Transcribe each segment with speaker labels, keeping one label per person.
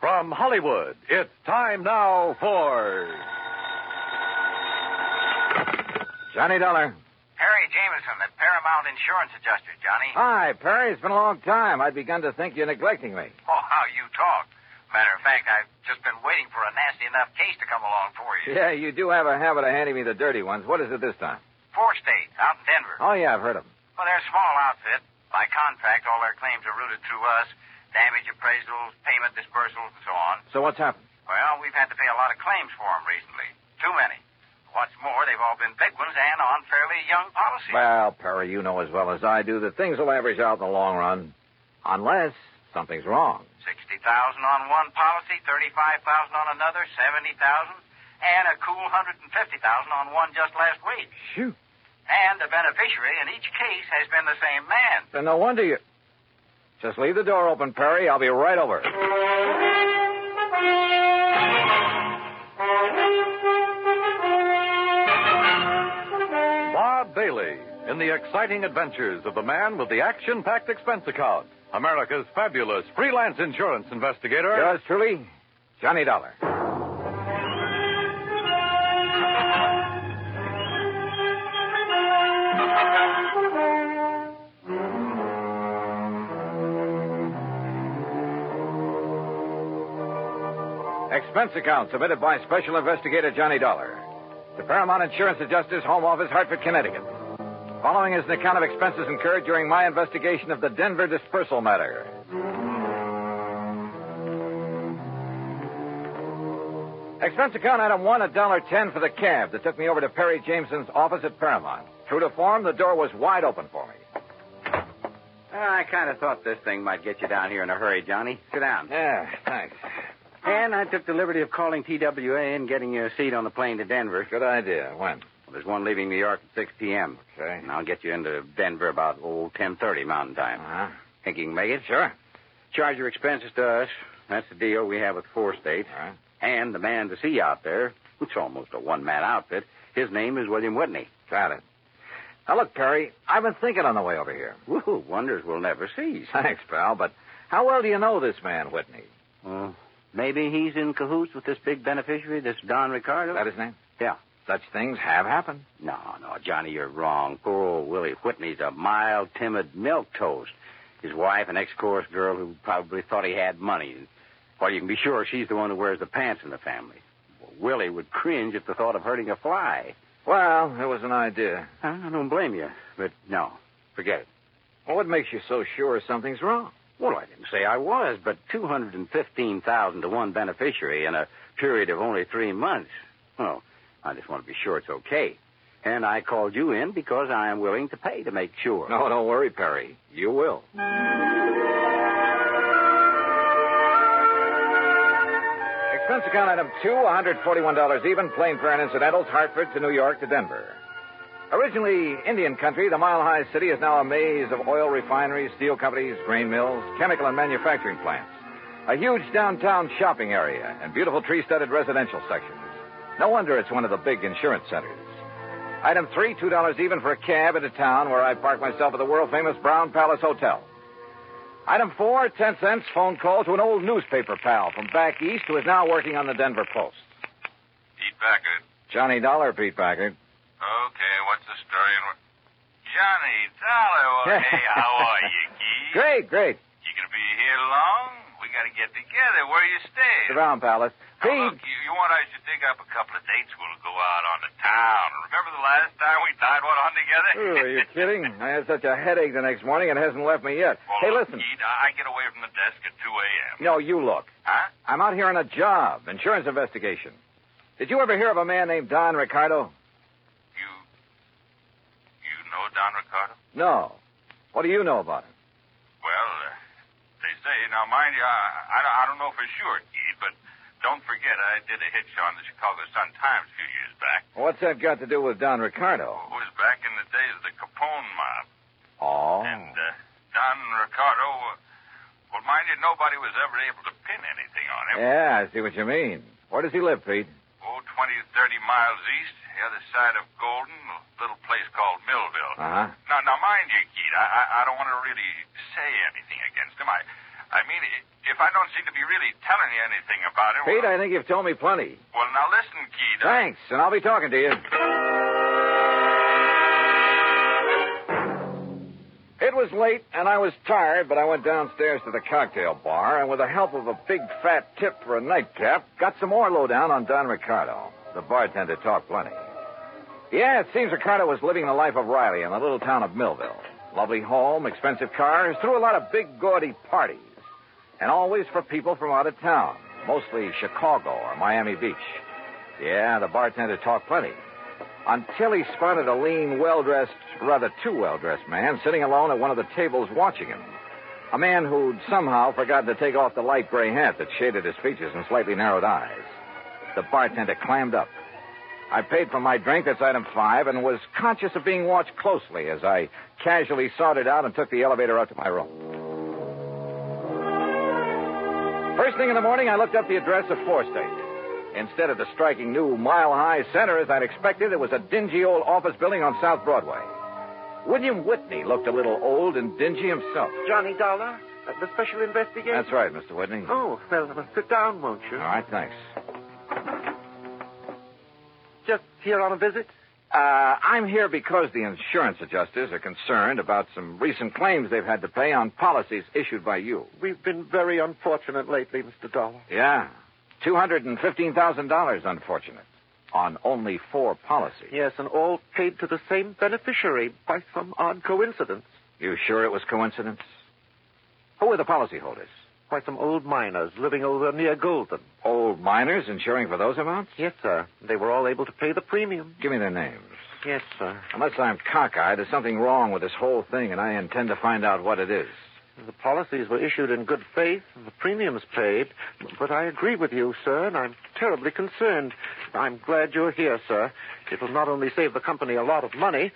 Speaker 1: From Hollywood, it's time now for. Johnny Dollar.
Speaker 2: Perry Jameson, the Paramount Insurance Adjuster, Johnny.
Speaker 1: Hi, Perry. It's been a long time. I'd begun to think you're neglecting me.
Speaker 2: Oh, how you talk. Matter of fact, I've just been waiting for a nasty enough case to come along for you.
Speaker 1: Yeah, you do have a habit of handing me the dirty ones. What is it this time?
Speaker 2: Four State, out in Denver.
Speaker 1: Oh, yeah, I've heard of them.
Speaker 2: Well, they're a small outfit. By contract, all their claims are routed through us. Damage appraisals, payment dispersals, and so on.
Speaker 1: So what's happened?
Speaker 2: Well, we've had to pay a lot of claims for them recently. Too many. What's more, they've all been big ones and on fairly young policies.
Speaker 1: Well, Perry, you know as well as I do that things will average out in the long run. Unless something's wrong.
Speaker 2: 60000 on one policy, 35000 on another, 70000 and a cool 150000 on one just last week.
Speaker 1: Shoot.
Speaker 2: And the beneficiary in each case has been the same man.
Speaker 1: Then no wonder you. Just leave the door open, Perry. I'll be right over. Bob Bailey in the exciting adventures of the man with the action packed expense account. America's fabulous freelance insurance investigator. Yours truly, Johnny Dollar. Expense account submitted by Special Investigator Johnny Dollar to Paramount Insurance Adjusters, Home Office, Hartford, Connecticut. Following is an account of expenses incurred during my investigation of the Denver dispersal matter. Expense account item one, a dollar ten for the cab that took me over to Perry Jameson's office at Paramount. True to form, the door was wide open for me.
Speaker 3: Uh, I kind of thought this thing might get you down here in a hurry, Johnny. Sit down.
Speaker 1: Yeah, thanks.
Speaker 3: And I took the liberty of calling TWA and getting you a seat on the plane to Denver.
Speaker 1: Good idea. When?
Speaker 3: Well, there's one leaving New York at 6 p.m.
Speaker 1: Okay.
Speaker 3: And I'll get you into Denver about, oh, 10.30 Mountain Time.
Speaker 1: Uh-huh.
Speaker 3: Think you can make it?
Speaker 1: Sure.
Speaker 3: Charge your expenses to us. That's the deal we have with four states.
Speaker 1: All right.
Speaker 3: And the man to see out there, it's almost a one-man outfit, his name is William Whitney.
Speaker 1: Got it. Now, look, Perry, I've been thinking on the way over here.
Speaker 3: Woo, wonders we'll never cease.
Speaker 1: Thanks, pal, but how well do you know this man, Whitney?
Speaker 3: Well, maybe he's in cahoots with this big beneficiary, this Don Ricardo.
Speaker 1: Is that his name?
Speaker 3: Yeah.
Speaker 1: Such things have happened.
Speaker 3: No, Oh, no, Johnny, you're wrong. Poor old Willie Whitney's a mild, timid milk toast. His wife, an ex-chorus girl who probably thought he had money. Well, you can be sure she's the one who wears the pants in the family. Willie would cringe at the thought of hurting a fly.
Speaker 1: Well, it was an idea.
Speaker 3: I don't blame you, but no, forget it.
Speaker 1: Well, what makes you so sure something's wrong?
Speaker 3: Well, I didn't say I was, but two hundred and fifteen thousand to one beneficiary in a period of only three months. Well, I just want to be sure it's okay. And I called you in because I am willing to pay to make sure.
Speaker 1: No, don't worry, Perry. You will. Expense account item two, $141 even, plane fare and incidentals, Hartford to New York to Denver. Originally Indian country, the Mile High City is now a maze of oil refineries, steel companies, grain mills, chemical and manufacturing plants, a huge downtown shopping area, and beautiful tree studded residential sections. No wonder it's one of the big insurance centers. Item three, $2 even for a cab into town where I park myself at the world famous Brown Palace Hotel. Item four, 10 cents phone call to an old newspaper pal from back east who is now working on the Denver Post.
Speaker 4: Pete Packard.
Speaker 1: Johnny Dollar, Pete Packard.
Speaker 4: eh? Okay, what's the story? And what... Johnny Dollar. Well, hey, how are you, Keith?
Speaker 1: Great, great.
Speaker 4: You gonna be here long? We gotta get together. Where you
Speaker 1: The
Speaker 4: staying?
Speaker 1: Brown Palace.
Speaker 4: Now,
Speaker 1: Pete,
Speaker 4: Look, you, you want us to dig up a couple of dates? We'll go out on the town. Remember the last time we died one on together?
Speaker 1: Ooh, are you kidding? I had such a headache the next morning, it hasn't left me yet.
Speaker 4: Well,
Speaker 1: hey,
Speaker 4: look,
Speaker 1: listen.
Speaker 4: Keith, I I get away from the desk at 2 a.m.
Speaker 1: No, you look.
Speaker 4: Huh?
Speaker 1: I'm out here on a job, insurance investigation. Did you ever hear of a man named Don Ricardo?
Speaker 4: You. You know Don Ricardo?
Speaker 1: No. What do you know about him?
Speaker 4: Well, uh, they say. Now, mind you, I, I, don't- I don't know for sure, Keith, but don't forget I did a hitch on the Chicago Sun-Times a few years back.
Speaker 1: What's that got to do with Don Ricardo?
Speaker 4: It was back in the days of the Capone mob.
Speaker 1: Oh.
Speaker 4: And uh, Don Ricardo, uh, well, mind you, nobody was ever able to pin anything on him.
Speaker 1: Yeah, I see what you mean. Where does he live, Pete?
Speaker 4: Oh, 20 or 30 miles east, the other side of Golden, a little place called Millville.
Speaker 1: Uh huh.
Speaker 4: Now, now, mind you, Keith, I, I, I don't want to really say anything against him. I, I mean, if I don't seem to be really telling you anything about it.
Speaker 1: Pete,
Speaker 4: well,
Speaker 1: I think you've told me plenty.
Speaker 4: well, now listen, Keith. I-
Speaker 1: Thanks, and I'll be talking to you. It was late and I was tired, but I went downstairs to the cocktail bar and with the help of a big fat tip for a nightcap, got some more lowdown on Don Ricardo. The bartender talked plenty. Yeah, it seems Ricardo was living the life of Riley in the little town of Millville. Lovely home, expensive cars, threw a lot of big gaudy parties. And always for people from out of town, mostly Chicago or Miami Beach. Yeah, the bartender talked plenty. Until he spotted a lean, well dressed, rather too well dressed man sitting alone at one of the tables watching him. A man who'd somehow forgotten to take off the light gray hat that shaded his features and slightly narrowed eyes. The bartender clammed up. I paid for my drink, that's item five, and was conscious of being watched closely as I casually sorted out and took the elevator out to my room. First thing in the morning, I looked up the address of Four State. Instead of the striking new Mile High Center as I'd expected, it was a dingy old office building on South Broadway. William Whitney looked a little old and dingy himself.
Speaker 5: Johnny Dollar, uh, the special investigator.
Speaker 1: That's right, Mr. Whitney.
Speaker 5: Oh, well, well, sit down, won't you?
Speaker 1: All right, thanks.
Speaker 5: Just here on a visit?
Speaker 1: Uh, I'm here because the insurance adjusters are concerned about some recent claims they've had to pay on policies issued by you.
Speaker 5: We've been very unfortunate lately, Mr. Dollar.
Speaker 1: Yeah. $215,000, unfortunate. On only four policies.
Speaker 5: Yes, and all paid to the same beneficiary by some odd coincidence.
Speaker 1: You sure it was coincidence? Who were the policyholders?
Speaker 5: Why, some old miners living over near Golden.
Speaker 1: Old miners insuring for those amounts?
Speaker 5: Yes, sir. They were all able to pay the premium.
Speaker 1: Give me their names.
Speaker 5: Yes, sir.
Speaker 1: Unless I'm cockeyed, there's something wrong with this whole thing, and I intend to find out what it is.
Speaker 5: The policies were issued in good faith, and the premiums paid. But I agree with you, sir, and I'm terribly concerned. I'm glad you're here, sir. It'll not only save the company a lot of money,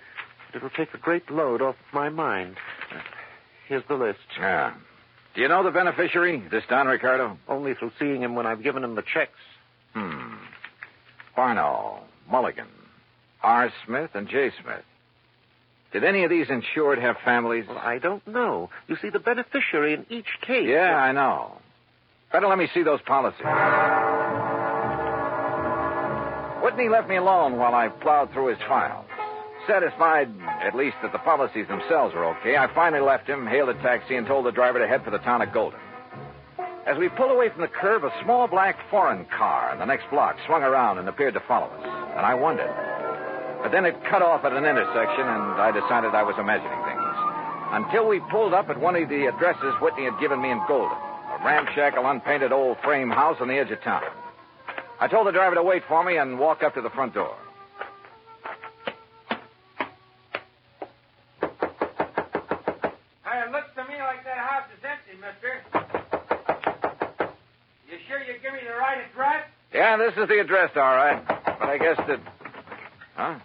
Speaker 5: but it'll take a great load off my mind. Here's the list.
Speaker 1: Yeah. Ah. Do you know the beneficiary, this Don Ricardo?
Speaker 5: Only through seeing him when I've given him the checks.
Speaker 1: Hmm. Barno, Mulligan, R. Smith, and J. Smith. Did any of these insured have families?
Speaker 5: Well, I don't know. You see, the beneficiary in each case. uh,
Speaker 1: Yeah, I know. Better let me see those policies. Whitney left me alone while I plowed through his files. Satisfied, at least, that the policies themselves were okay, I finally left him, hailed a taxi, and told the driver to head for the town of Golden. As we pulled away from the curve, a small black foreign car in the next block swung around and appeared to follow us, and I wondered. But then it cut off at an intersection, and I decided I was imagining things. Until we pulled up at one of the addresses Whitney had given me in Golden, a ramshackle, unpainted old frame house on the edge of town. I told the driver to wait for me and walk up to the front door.
Speaker 6: Hey, it looks to me like that house is empty, mister. You sure you give me the right address?
Speaker 1: Yeah, this is the address, all right. But I guess that. Huh?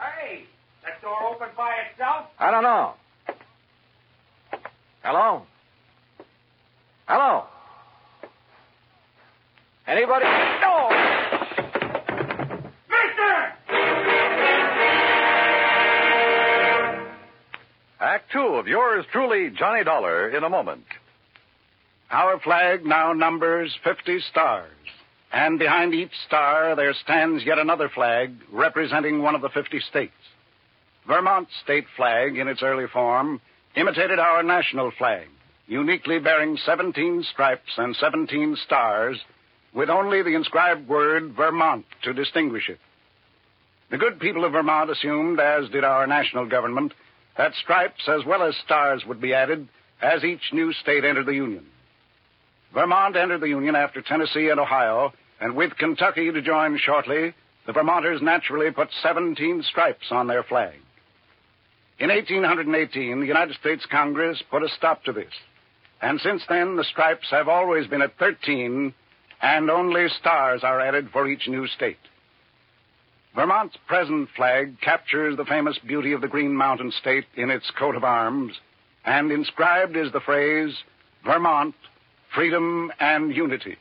Speaker 6: Hey, that door opened by itself?
Speaker 1: I don't know. Hello? Hello? Anybody? No!
Speaker 6: Mister!
Speaker 7: Act two of yours truly, Johnny Dollar, in a moment. Our flag now numbers 50 stars, and behind each star there stands yet another flag representing one of the 50 states. Vermont's state flag, in its early form, imitated our national flag, uniquely bearing 17 stripes and 17 stars, with only the inscribed word Vermont to distinguish it. The good people of Vermont assumed, as did our national government, that stripes as well as stars would be added as each new state entered the Union. Vermont entered the Union after Tennessee and Ohio, and with Kentucky to join shortly, the Vermonters naturally put 17 stripes on their flag. In 1818, the United States Congress put a stop to this, and since then the stripes have always been at 13, and only stars are added for each new state. Vermont's present flag captures the famous beauty of the Green Mountain State in its coat of arms, and inscribed is the phrase, Vermont, Freedom and Unity.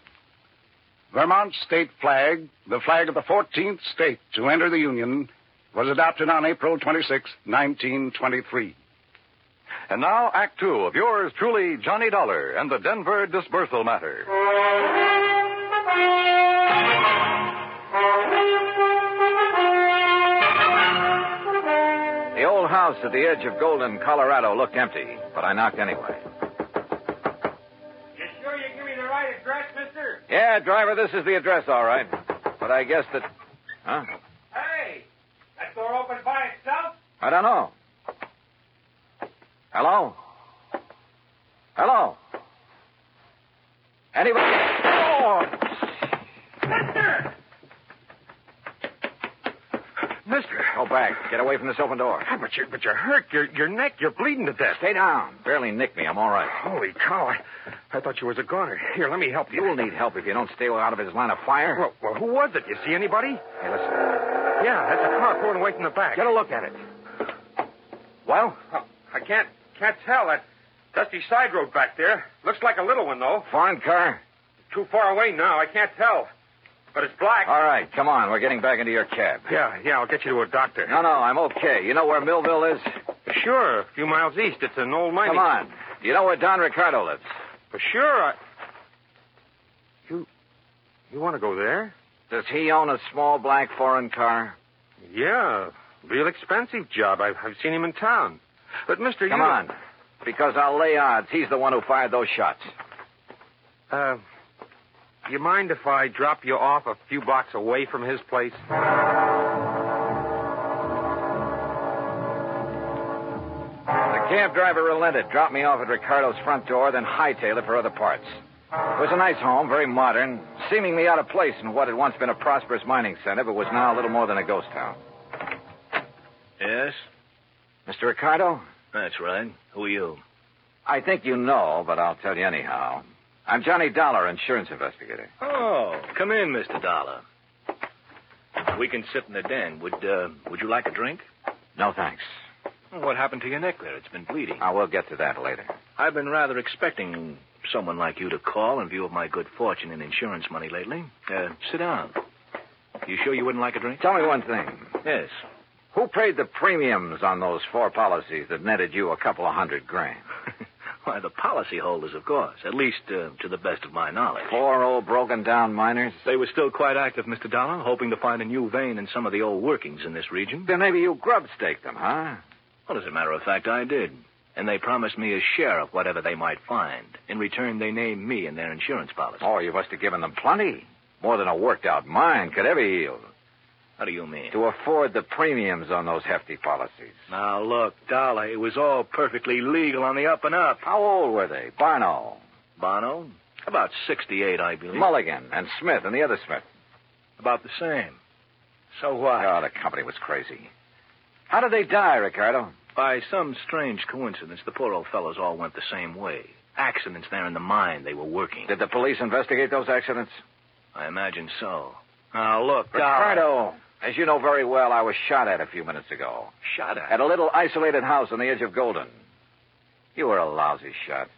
Speaker 7: Vermont's state flag, the flag of the 14th state to enter the Union, was adopted on April 26, 1923. And now, Act Two of yours truly, Johnny Dollar and the Denver Dispersal Matter.
Speaker 1: The old house at the edge of Golden, Colorado looked empty, but I knocked anyway.
Speaker 6: You sure you give me the right address, mister?
Speaker 1: Yeah, driver, this is the address, all right. But I guess that. Huh?
Speaker 6: Hey, that door opened by itself?
Speaker 1: I don't know. Hello? Hello? Anybody? Oh!
Speaker 6: Mister!
Speaker 5: Mister,
Speaker 1: Go back. Get away from this open door.
Speaker 5: ah, but you're, but you're hurt. Your, your neck, you're bleeding to death.
Speaker 1: Stay down. Barely nicked me. I'm all right.
Speaker 5: Holy cow, I, I thought you was a goner. Here, let me help you.
Speaker 1: You'll need help if you don't stay out of his line of fire.
Speaker 5: Well, well, who was it? You see anybody?
Speaker 1: Hey, listen.
Speaker 5: Yeah, that's a car pulling away from the back.
Speaker 1: Get a look at it. Well?
Speaker 6: Oh, I can't can't tell. That dusty side road back there. Looks like a little one, though.
Speaker 1: Foreign car?
Speaker 6: Too far away now. I can't tell. But it's black.
Speaker 1: All right, come on. We're getting back into your cab.
Speaker 5: Yeah, yeah, I'll get you to a doctor.
Speaker 1: No, no, I'm okay. You know where Millville is?
Speaker 5: Sure, a few miles east. It's an old mining.
Speaker 1: Come on. You know where Don Ricardo lives?
Speaker 5: Sure, I... You... You want to go there?
Speaker 1: Does he own a small black foreign car?
Speaker 5: Yeah, real expensive job. I've, I've seen him in town. But, mister,
Speaker 1: Come
Speaker 5: you...
Speaker 1: on. Because I'll lay odds he's the one who fired those shots.
Speaker 5: Uh, you mind if I drop you off a few blocks away from his place?
Speaker 1: The cab driver relented, dropped me off at Ricardo's front door, then hightailed it for other parts. It was a nice home, very modern, seemingly out of place in what had once been a prosperous mining center, but was now a little more than a ghost town.
Speaker 8: Yes,
Speaker 1: Mr. Ricardo,
Speaker 8: that's right. Who are you?
Speaker 1: I think you know, but I'll tell you anyhow. I'm Johnny Dollar, insurance investigator.
Speaker 8: Oh, come in, Mister Dollar. We can sit in the den. Would uh, Would you like a drink?
Speaker 1: No thanks.
Speaker 8: What happened to your neck there? It's been bleeding.
Speaker 1: I will get to that later.
Speaker 8: I've been rather expecting someone like you to call in view of my good fortune in insurance money lately. Uh, sit down. You sure you wouldn't like a drink?
Speaker 1: Tell me one thing.
Speaker 8: Yes.
Speaker 1: Who paid the premiums on those four policies that netted you a couple of hundred grand?
Speaker 8: Why, the policyholders, of course. At least uh, to the best of my knowledge.
Speaker 1: Four old broken down miners?
Speaker 8: They were still quite active, Mr. Dollar, hoping to find a new vein in some of the old workings in this region.
Speaker 1: Then maybe you grub staked them, huh?
Speaker 8: Well, as a matter of fact, I did. And they promised me a share of whatever they might find. In return, they named me in their insurance policy.
Speaker 1: Oh, you must have given them plenty. More than a worked out mine could ever yield
Speaker 8: How do you mean?
Speaker 1: to afford the premiums on those hefty policies.
Speaker 8: Now, look, Dollar, it was all perfectly legal on the up and up.
Speaker 1: How old were they? Barno,
Speaker 8: Bono? About 68, I believe.
Speaker 1: Mulligan, and Smith, and the other Smith.
Speaker 8: About the same. So what?
Speaker 1: Oh, the company was crazy. How did they die, Ricardo?
Speaker 8: By some strange coincidence, the poor old fellows all went the same way. Accidents there in the mine they were working.
Speaker 1: Did the police investigate those accidents?
Speaker 8: I imagine so. Now, Ah, look, Dollar.
Speaker 1: Ricardo, as you know very well, I was shot at a few minutes ago
Speaker 8: Shut up.
Speaker 1: at a little isolated house on the edge of Golden. You were a lousy shot.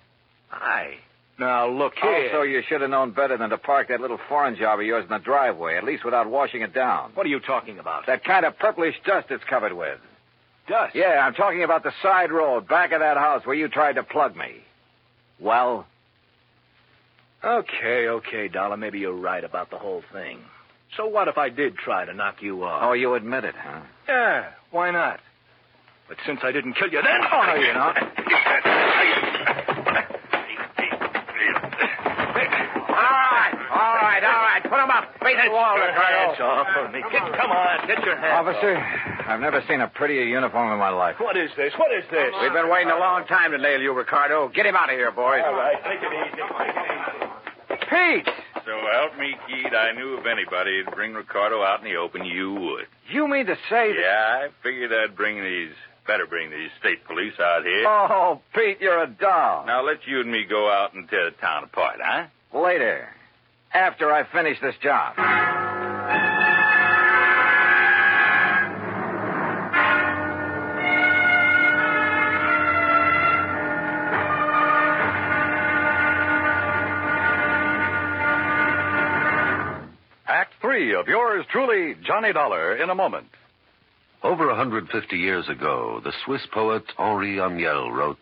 Speaker 8: Hi. Now, look here.
Speaker 1: Also, you should have known better than to park that little foreign job of yours in the driveway, at least without washing it down.
Speaker 8: What are you talking about?
Speaker 1: That kind of purplish dust it's covered with.
Speaker 8: dust.
Speaker 1: Yeah, I'm talking about the side road back of that house where you tried to plug me. Well,
Speaker 8: Okay, okay, Dollar. Maybe you're right about the whole thing. So what if I did try to knock you off?
Speaker 1: oh, you admit it, huh?
Speaker 8: yeah. Why not? But since I didn't kill you then, oh, no, you know.
Speaker 1: All right, all right. Put him up. Face the wall,
Speaker 8: Hands off of me. Get, come on, get your hands
Speaker 1: Officer, I've never seen a prettier uniform in my life.
Speaker 8: off. What is this? What is this?
Speaker 1: We've been waiting a long time to nail you, Ricardo. Get him out of here, boys.
Speaker 8: All right, take it easy.
Speaker 1: Pete,
Speaker 4: So help me, Keith, I knew if anybody'd bring Ricardo out in the open, you would.
Speaker 1: you mean to say that...
Speaker 4: Yeah, I figured I'd bring these, better bring these state police out here.
Speaker 1: Oh, Pete, you're a doll.
Speaker 4: Now let you and me go out and tear the town apart, huh?
Speaker 1: Later, after I finish this job.
Speaker 7: Act Three of yours truly, Johnny Dollar in a moment.
Speaker 9: Over 150 years ago, the Swiss poet Henri Amiel wrote,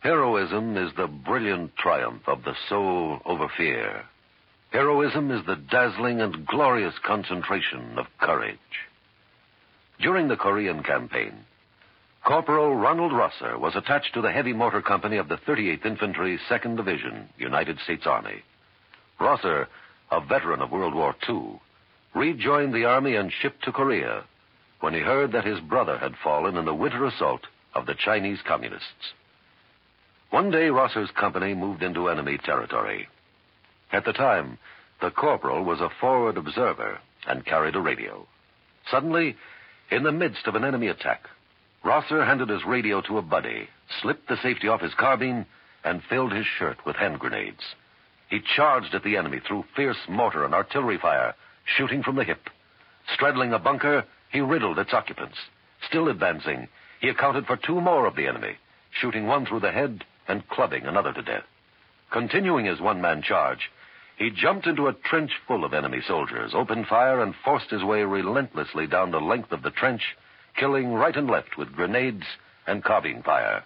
Speaker 9: Heroism is the brilliant triumph of the soul over fear. Heroism is the dazzling and glorious concentration of courage. During the Korean campaign, Corporal Ronald Rosser was attached to the Heavy Motor Company of the 38th Infantry, 2nd Division, United States Army. Rosser, a veteran of World War II, rejoined the Army and shipped to Korea when he heard that his brother had fallen in the winter assault of the Chinese Communists. One day, Rosser's company moved into enemy territory. At the time, the corporal was a forward observer and carried a radio. Suddenly, in the midst of an enemy attack, Rosser handed his radio to a buddy, slipped the safety off his carbine, and filled his shirt with hand grenades. He charged at the enemy through fierce mortar and artillery fire, shooting from the hip. Straddling a bunker, he riddled its occupants. Still advancing, he accounted for two more of the enemy, shooting one through the head and clubbing another to death. Continuing his one man charge, he jumped into a trench full of enemy soldiers, opened fire, and forced his way relentlessly down the length of the trench, killing right and left with grenades and carbine fire.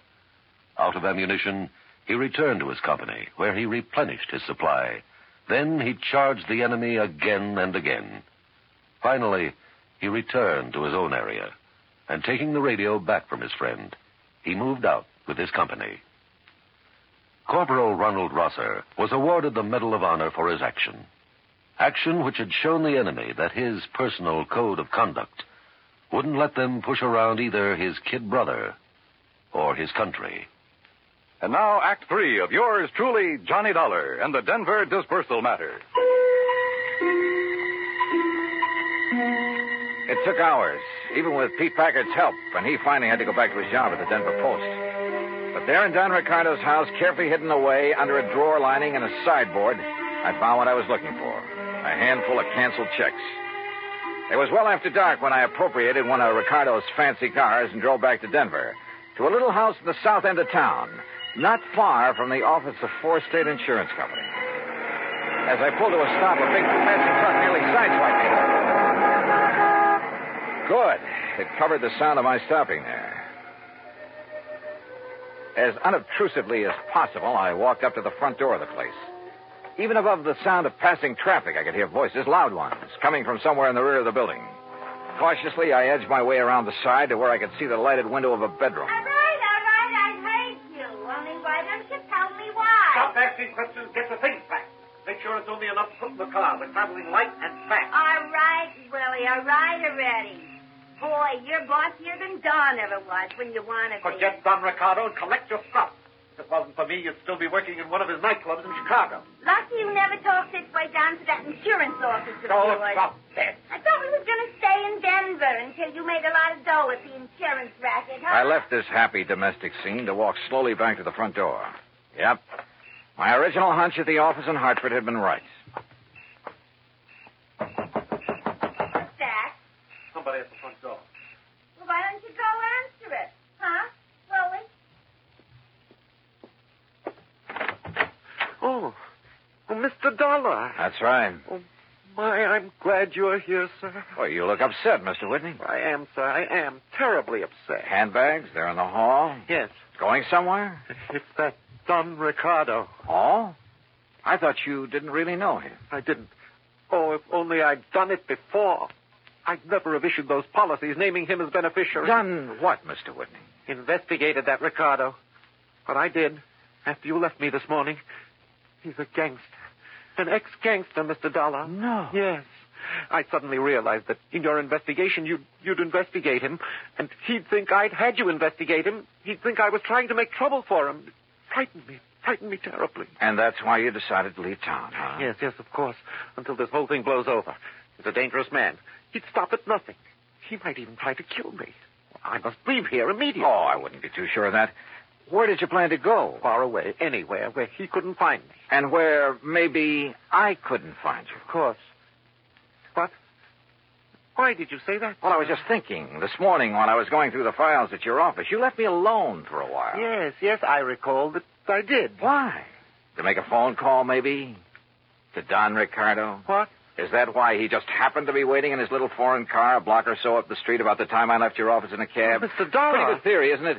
Speaker 9: Out of ammunition, he returned to his company, where he replenished his supply. Then he charged the enemy again and again. Finally, he returned to his own area, and taking the radio back from his friend, he moved out with his company. Corporal Ronald Rosser was awarded the Medal of Honor for his action. Action which had shown the enemy that his personal code of conduct wouldn't let them push around either his kid brother or his country.
Speaker 7: And now, Act Three of yours truly, Johnny Dollar and the Denver Dispersal Matter.
Speaker 1: It took hours, even with Pete Packard's help, when he finally had to go back to his job at the Denver Post. But there in Don Ricardo's house, carefully hidden away under a drawer lining and a sideboard, I found what I was looking for a handful of canceled checks. It was well after dark when I appropriated one of Ricardo's fancy cars and drove back to Denver, to a little house in the south end of town, not far from the office of Four State Insurance Company. As I pulled to a stop, a big fancy truck nearly sideswiped me. Good. It covered the sound of my stopping there. As unobtrusively as possible, I walked up to the front door of the place. Even above the sound of passing traffic, I could hear voices, loud ones, coming from somewhere in the rear of the building. Cautiously, I edged my way around the side to where I could see the lighted window of a bedroom.
Speaker 10: All right, all right, I heard you. Only why don't you tell me why?
Speaker 6: Stop asking questions. Get the things back. Make sure it's only enough to put in the car. We're traveling light and fast.
Speaker 10: All right, Willie, all right already. Boy, you're bossier than Don ever was when you want to be.
Speaker 6: Forget Don Ricardo and collect your stuff. If it wasn't for me, you'd still be working in one of his nightclubs in Chicago.
Speaker 10: Lucky you never talked this way down to that insurance office of
Speaker 6: Oh,
Speaker 10: yours.
Speaker 6: stop that.
Speaker 10: I thought we was going to stay in Denver until you made a lot of dough with the insurance racket, huh?
Speaker 1: I left this happy domestic scene to walk slowly back to the front door. Yep. My original hunch at the office in Hartford had been right.
Speaker 10: What's that?
Speaker 6: Somebody at the front door.
Speaker 10: Well, why don't you go answer it? Huh? Willie?
Speaker 5: Oh, oh Mr. Dollar.
Speaker 1: That's right.
Speaker 5: My, I'm glad you're here, sir.
Speaker 1: Well, you look upset, Mr. Whitney.
Speaker 5: I am, sir. I am terribly upset.
Speaker 1: Handbags, they're in the hall.
Speaker 5: Yes,
Speaker 1: Going somewhere?
Speaker 5: it's that Don Ricardo.
Speaker 1: All? I thought you didn't really know him.
Speaker 5: I didn't. Oh, if only I'd done it before. I'd never have issued those policies naming him as beneficiary.
Speaker 1: Done what, Mr. Whitney?
Speaker 5: Investigated that Ricardo. But I did, after you left me this morning. He's a gangster. An ex-gangster, Mr. Dollar.
Speaker 1: No.
Speaker 5: Yes. I suddenly realized that in your investigation, you'd, you'd investigate him, and he'd think I'd had you investigate him. He'd think I was trying to make trouble for him. It frightened me. Frightened me terribly.
Speaker 1: And that's why you decided to leave town, huh?
Speaker 5: Yes, yes, of course. Until this whole thing blows over. He's a dangerous man. He'd stop at nothing. He might even try to kill me. I must leave here immediately.
Speaker 1: Oh, I wouldn't be too sure of that. Where did you plan to go?
Speaker 5: Far away, anywhere where he couldn't find me.
Speaker 1: And where maybe I couldn't find you?
Speaker 5: Of course. What? Why did you say that?
Speaker 1: Well, I was just thinking this morning when I was going through the files at your office. You left me alone for a while.
Speaker 5: Yes, yes, I recall that I did.
Speaker 1: Why? To make a phone call, maybe? To Don Ricardo?
Speaker 5: What?
Speaker 1: Is that why he just happened to be waiting in his little foreign car a block or so up the street about the time I left your office in a cab?
Speaker 5: Mr.
Speaker 1: Pretty
Speaker 5: Dollar.
Speaker 1: good theory, isn't it?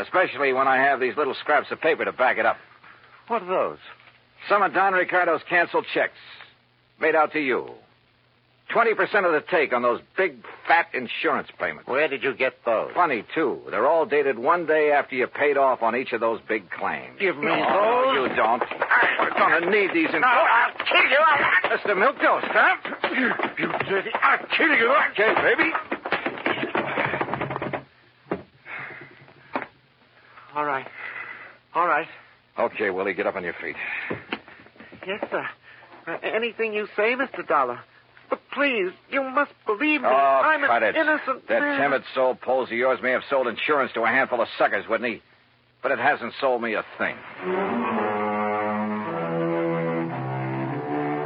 Speaker 1: Especially when I have these little scraps of paper to back it up.
Speaker 5: What are those?
Speaker 1: Some of Don Ricardo's canceled checks made out to you. 20% of the take on those big, fat insurance payments.
Speaker 5: Where did you get those?
Speaker 1: Funny, too. They're all dated one day after you paid off on each of those big claims.
Speaker 5: Give me
Speaker 1: No,
Speaker 5: those.
Speaker 1: you don't. We're going to need these in...
Speaker 5: No, I'll kill you.
Speaker 1: Mr. Milktoast, huh?
Speaker 5: You, you dirty. I'll kill you.
Speaker 1: Okay, baby.
Speaker 5: All right. All right.
Speaker 1: Okay, Willie, get up on your feet.
Speaker 5: Yes, sir. Uh, anything you say, Mr. Dollar. But please, you must believe me.
Speaker 1: Oh,
Speaker 5: I'm
Speaker 1: cut
Speaker 5: an
Speaker 1: it.
Speaker 5: innocent
Speaker 1: That
Speaker 5: man.
Speaker 1: timid soul pose of yours may have sold insurance to a handful of suckers, wouldn't he? But it hasn't sold me a thing.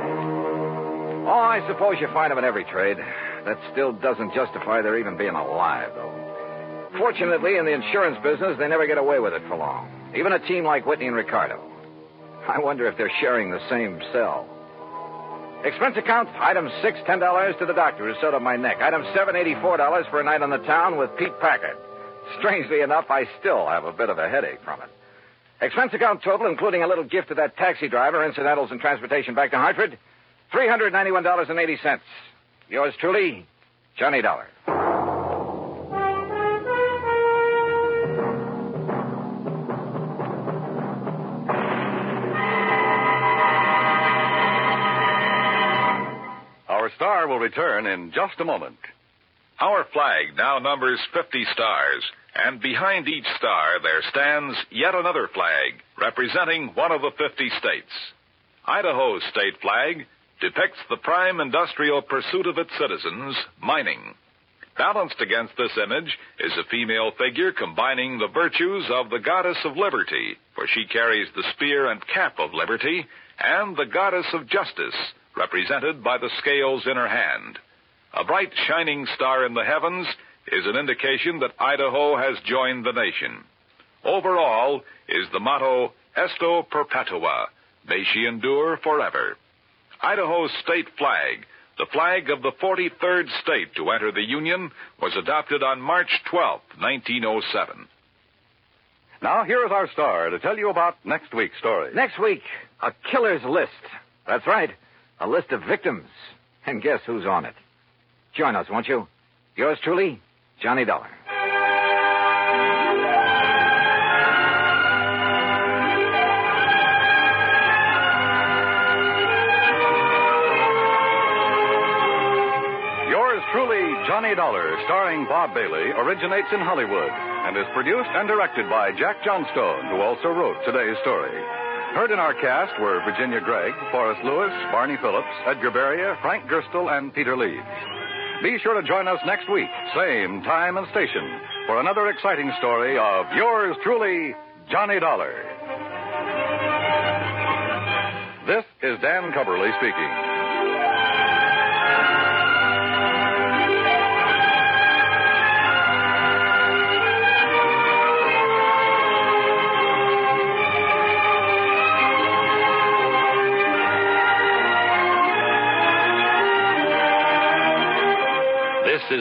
Speaker 1: Oh, I suppose you find them in every trade. That still doesn't justify their even being alive, though. Fortunately, in the insurance business, they never get away with it for long. Even a team like Whitney and Ricardo. I wonder if they're sharing the same cell. Expense account, item six, ten dollars to the doctor who sewed up my neck. Item seven, eighty-four dollars for a night on the town with Pete Packard. Strangely enough, I still have a bit of a headache from it. Expense account total, including a little gift to that taxi driver, incidentals and transportation back to Hartford, three hundred ninety-one dollars and eighty cents. Yours truly, Johnny Dollar.
Speaker 11: Our star will return in just a moment. Our flag now numbers 50 stars, and behind each star there stands yet another flag representing one of the 50 states. Idaho's state flag depicts the prime industrial pursuit of its citizens, mining. Balanced against this image is a female figure combining the virtues of the goddess of liberty, for she carries the spear and cap of liberty, and the goddess of justice, represented by the scales in her hand. A bright shining star in the heavens is an indication that Idaho has joined the nation. Overall is the motto Esto Perpetua, may she endure forever. Idaho's state flag, the flag of the 43rd state to enter the Union, was adopted on March oh 12, 1907.
Speaker 12: Now, here is our star to tell you about next week's story.
Speaker 1: Next week, a killer's list. That's right, a list of victims. And guess who's on it? Join us, won't you? Yours truly, Johnny Dollar.
Speaker 12: Yours truly, Johnny Dollar, starring Bob Bailey, originates in Hollywood and is produced and directed by Jack Johnstone, who also wrote today's story. Heard in our cast were Virginia Gregg, Forrest Lewis, Barney Phillips, Edgar Beria, Frank Gerstle, and Peter Leeds. Be sure to join us next week, same time and station, for another exciting story of yours truly, Johnny Dollar. This is Dan Coverly speaking.
Speaker 3: This